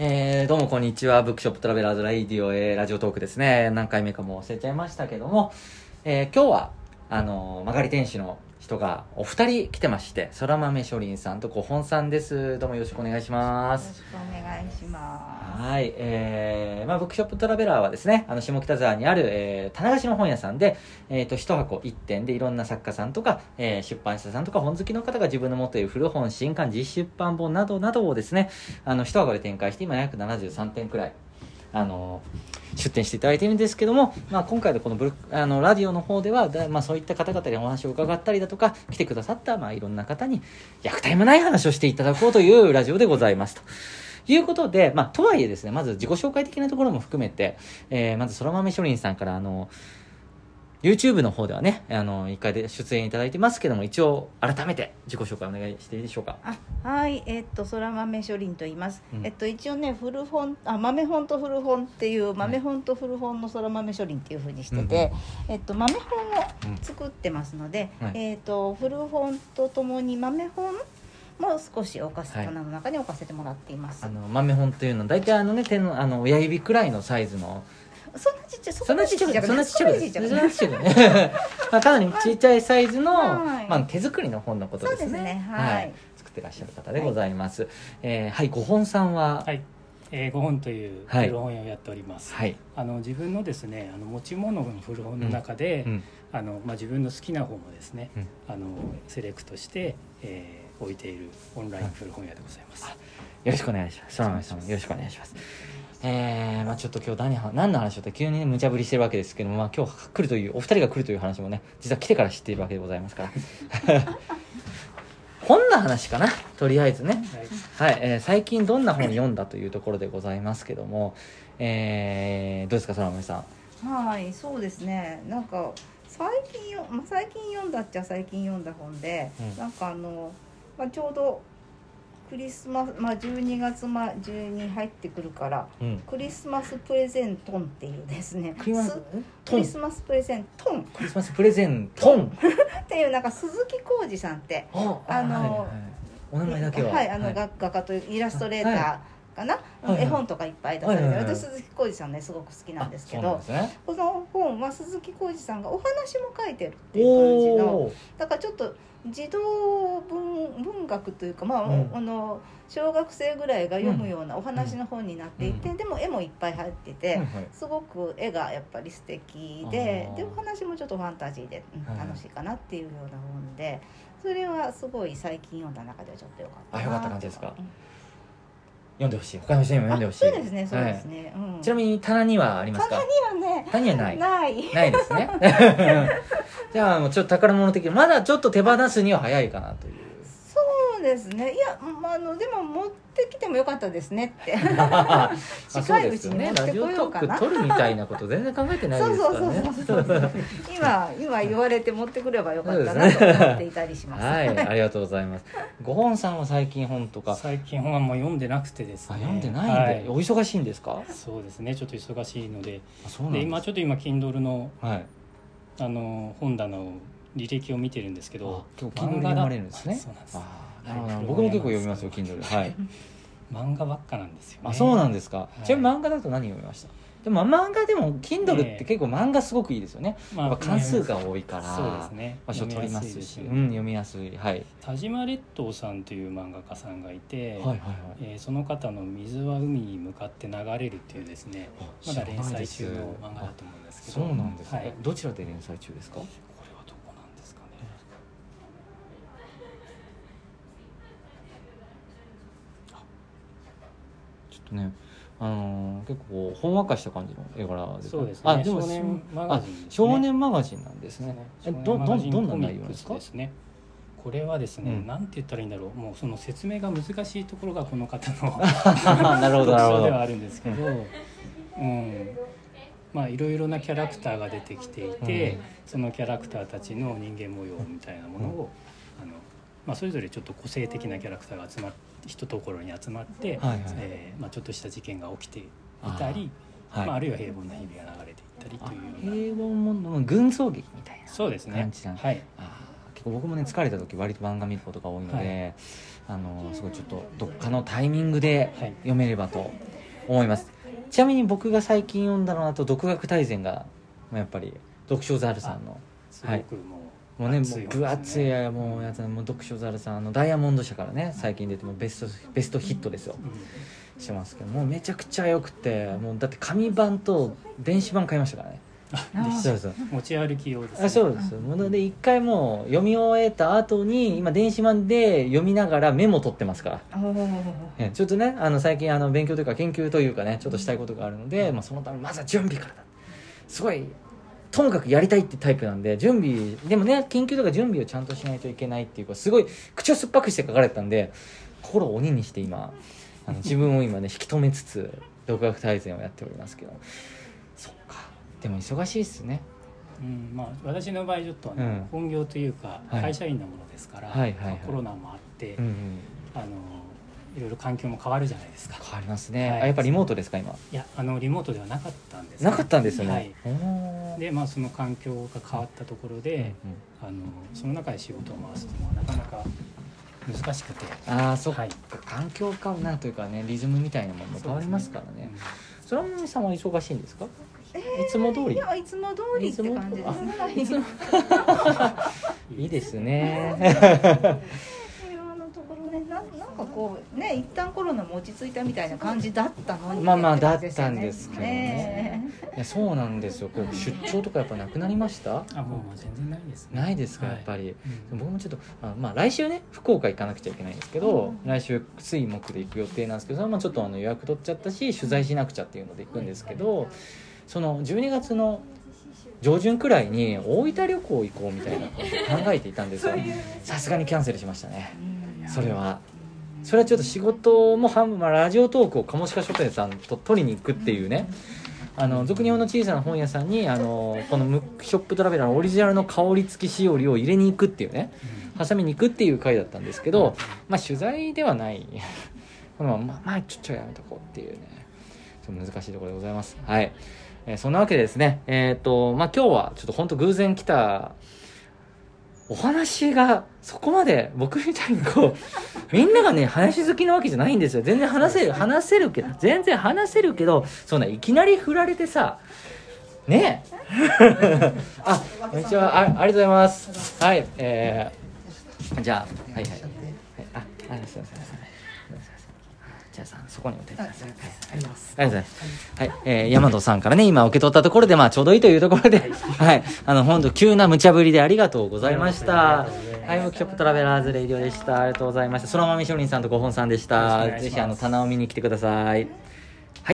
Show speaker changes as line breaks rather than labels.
えー、どうもこんにちは。ブックショップトラベラーズライディオ、えー、ラジオトークですね。何回目かもう忘れちゃいましたけども、えー、今日は、あのー、曲がり天使の人がお二人来てまして、空豆書林さんとご本さんです。どうもよろしくお願いし
よ
ま
ろ
す。
しくお願いしま
はい、えーまあ、ブックショップトラベラーはですねあの下北沢にある、えー、棚橋の本屋さんで、えー、と1箱1点でいろんな作家さんとか、えー出版社さんとか本好きの方が自分の持っている古本新刊実出版本などなどをですねあの1箱で展開して今約73点くらい。あの出展していただいているんですけども、まあ、今回のこのブロあのラジオの方ではだ、まあ、そういった方々にお話を伺ったりだとか来てくださった、まあ、いろんな方に役体もない話をしていただこうという ラジオでございますと。いうことで、まあ、とはいえですね、まず自己紹介的なところも含めて、えーまず空豆書林さんから、あの、YouTube の方ではね、あの、一回で出演いただいてますけども、一応、改めて自己紹介お願いしていいでしょうか。
すあはいえっと空豆書林と言います、
うん
えっと一応ね古本あ豆本と古本っていう豆本と古本の空豆書林っていうふうにしてて、えっと豆本を作ってますので、
はい
えっと古本とともに豆本も少し置かせ、
はい
棚の中に置かせてもらっています
あの、豆本というのは、大体あのね、手の、あの、親指くらいのサイズの、
そんなちっちゃい
そんなちっちゃく、そんなちっちゃく
そん
で
なちっ
す、
ちゃく
そんなちっちゃくね。 まあ、かなりちっちゃいサイズの、
はい
まあ、手作りの本のことですね。
そうですねはい
作ってらっしゃる方でございます。えーはい、ご本さんは、
はい、えー、5本という
はい
古本屋をやっております、
はい。
あの自分のですねあの持ち物の古本の中で、
うん
あのまあ、自分の好きな本をですね、
うん
あのセレクトして、えー置いているオンライン古本屋でございます、
よろしくお願いします。空豆さんもよろしくお願いします。えー、まあちょっと今日何は何の話をって急にね無茶ぶりしてるわけですけども、まあ今日来るというお二人が来るという話もね、実は来てから知っているわけでございますから。 本の話かなとりあえずね。
はい
はい、えー最近どんな本読んだというところでございますけども、えー、どうですか空豆さん。
はい、そうですね。なんか最近よ、まあ、最近読んだっちゃ最近読んだ本で、
うん
なんかあの、まあ、ちょうどクリスマス、まあ、12月ま12に入ってくるから、
うん。
クリスマスプレゼントンっていうですね。
クリスマス
す
ト
ク
ン
リ。スマスプレゼントン
クリスマスプレゼントン。
っていうなんか鈴木浩二さんって、
あ
あの
はいはいお名前だけは。
い、あの、画画家というイラストレーターかな、
いはい
絵本とかいっぱい出されて、
はいはいはい
私鈴木浩二さんねすごく好きなんですけ
あそう
ど
な。んですね。
この本は鈴木浩二さんがお話も書いてるっていう感じの
おー
だからちょっと児童文文学というか、まあ
うん
あの小学生ぐらいが読むようなお話の本になっていて、でも絵もいっぱい入ってて、
はいはい
すごく絵がやっぱり素敵で
あー
でお話もちょっとファンタジーで、うん
はい
楽しいかなっていうような本でそれはすごい最近読んだ中ではちょっとよかったな
あ良かった感じですか
うん
読んでほしい。他の人にも読んでほしい。
あそうですねそうですね、うん、
ちなみに棚にはありますか
にはね
棚にはない。
ない
ないですね。 じゃあもうちょっと宝物的に、まだちょっと手放すには早いかなという。
そうですねいや、まあ、あのでも持ってきてもよかったですねって
あ
近いうちに持
ね。
っ
ラ
て
ジ
こ
オ
よ
ト
うか
ー
な
ク撮るみたいなこと全然考えてないですからね。
そうそうそうそう今今言われて持ってくればよかったな
そう
と
ですね
思っていたりします
はい、ありがとうございます。ご本さんは最近本とか、あ
最近本はもう読んでなくてですね
読んでないんで、
は
お忙しいんですか
い、そうですねちょっと忙しいので
あそうなん
で
です
今ちょっと今 Kindle の
はい。
あの本棚を履歴を見てるんですけど
あ結構 Kindle で読まれるんですね
漫画だあそうなんです
あーなるほどなるほど僕も結構読みますよ、Kindle で。はい。
漫画ばっかなんですよね
あそうなんですか、
い
ちなみに漫画だと何読みましたでも漫画でも Kindle って結構漫画すごくいいですよね、
ま
やっぱ関数が多いから、
そうですね
場所取ります
読みやいで
し
よ
うん、読みやすいはい、
田島列島さんという漫画家さんがいて、
はいはいは
えーその方の「水は海に向かって流れる」っていうですね
い
まだ連
知らないで
載
す
中の漫画だと思うんですけ
そ
ど
うなんですね、
はい、こ
どちらで連載中ですか
れはどこなんですかね
ちょっとねあのー結構ほんわかした感じの絵柄ですね
そうですね
あでも
少年マガジン
あ少年マガジ
ですね
ンなんです
です
ね
ね
えど
少年
ど
マガジ
ん
ン
どんな
コミック
内容ですか
スねこれはですね、
うん
なんて言ったらいいんだろうもうその説明が難しいところがこの方の
なるほどなるほ
特徴では
ど
あるんですけど、うん、まあいろいろなキャラクターが出てきていて、
うん
そのキャラクターたちの人間模様みたいなものを、あのまあ、それぞれちょっと個性的なキャラクターが集まって一ところに集まって、
はいはい
えーまあ、ちょっとした事件が起きていたり
はい、
まあ、あるいは平凡な日々が流れていったりというよう
平
な
凡もの群像劇みたいな
そうですね
感じなんだ
はい
あー結構僕もね疲れた時割と漫画見ることが多いので、あのすごいちょっとどっかのタイミングで
はい
読めればと思いますちなみに僕が最近読んだのだと「独学大全が」まあやっぱり読書ザルさんの
すごくもう、
もうねも
熱いう本ですね
分厚いやもうやつもう読書ザルさんあのダイヤモンド社からね最近出てもうベストベストヒットですよ
うん
してますけどもうめちゃくちゃ良くてもうだって紙版と電子版買いましたからね
あー
そうそう
持ち歩き用です、
あそうですもうなので一回もう読み終えた後に今電子版で読みながらメモ取ってますから
おー
えちょっとねあの最近あの勉強というか研究というかねちょっとしたいことがあるので、まあ、そのためまずは準備からだすごいともかくやりたいってタイプなんで準備でもね研究とか準備をちゃんとしないといけないっていうかすごい口を酸っぱくして書かれてたんで心を鬼にして今あ の自分を今ね引き止めつつ独学大全をやっておりますけどそっかでも忙しいっすね
うんまあ、私の場合ちょっと、ね
うん
本業というか
はい
会社員なものですから、
はいはいはい
まあコロナもあって、
うん、うん、
あのいろいろ環境も変わるじゃないですか
変わりますね、
はい
あやっぱリモートですか今
いやあのリモートではなかったんですね
なかったんですよね、
はい
おー
でまあその環境が変わったところで、
うんうん
あのその中で仕事を回すのはなかなか難しくて
ああそっか、
はい
環境かなというかねリズムみたいなものも変わりますからねそらまみさんは忙しいんですか、いつも通
い
り
やいつも通りって感じですね
いつもいいですね
今のところねなんなんかこうね一旦コロナも落ち着いたみたいな感じだったのに
まあまあ
って感じよ
だ
ね
ったんですけどねいやそうなんですよこう出張とかやっぱなくなりました
あもうもう全然ないですね
ないですか
は
や
い
っぱり、
うん
僕もちょっとあまあ来週ね福岡行かなくちゃいけないんですけど、
うん
来週水木で行く予定なんですけどそれはまあちょっとあの予約取っちゃったし取材しなくちゃっていうので行くんですけど、その12月の上旬くらいに大分旅行行こうみたいなことを考えていたんですがさすがにキャンセルしましたね
うん
それはそれはちょっと仕事も半分、まあ、ラジオトークを鴨鹿書店さんと取りに行くっていうねあの俗に言うの小さな本屋さんにあのこのムックショップトラベラーのオリジナルの香り付きしおりを入れに行くっていうね挟みに行くっていう回だったんですけど、まあ、取材ではない このまま、まあ、ちょっとやめとこうっていうねちょっと難しいところでございますはい、えーそんなわけでですねえっ、とまあ今日はちょっと本当偶然来たお話がそこまで僕みたいに こうみんながね話好きなわけじゃないんですよ全然話せる話せるけど全然話せるけどそんないきなり振られてさねえ あこんにちはあありがとうございますはいえー、じゃあはいはいはいああすいませんすいませんじゃあさそこに置いてくださいありがとうございます。はい、えー、山戸さんからね、今受け取ったところで、まあ、ちょうどいいというところで、はい、あの、本当急な無茶ぶりでありがとうございました。はい、ワークショップトラベラーズレディオでした。ありがとうございました。そらまみしょりんさんとご本さんでし
よろ
た
しくお。願いし
ぜ
ます
ひ、あの、棚を見に来てください。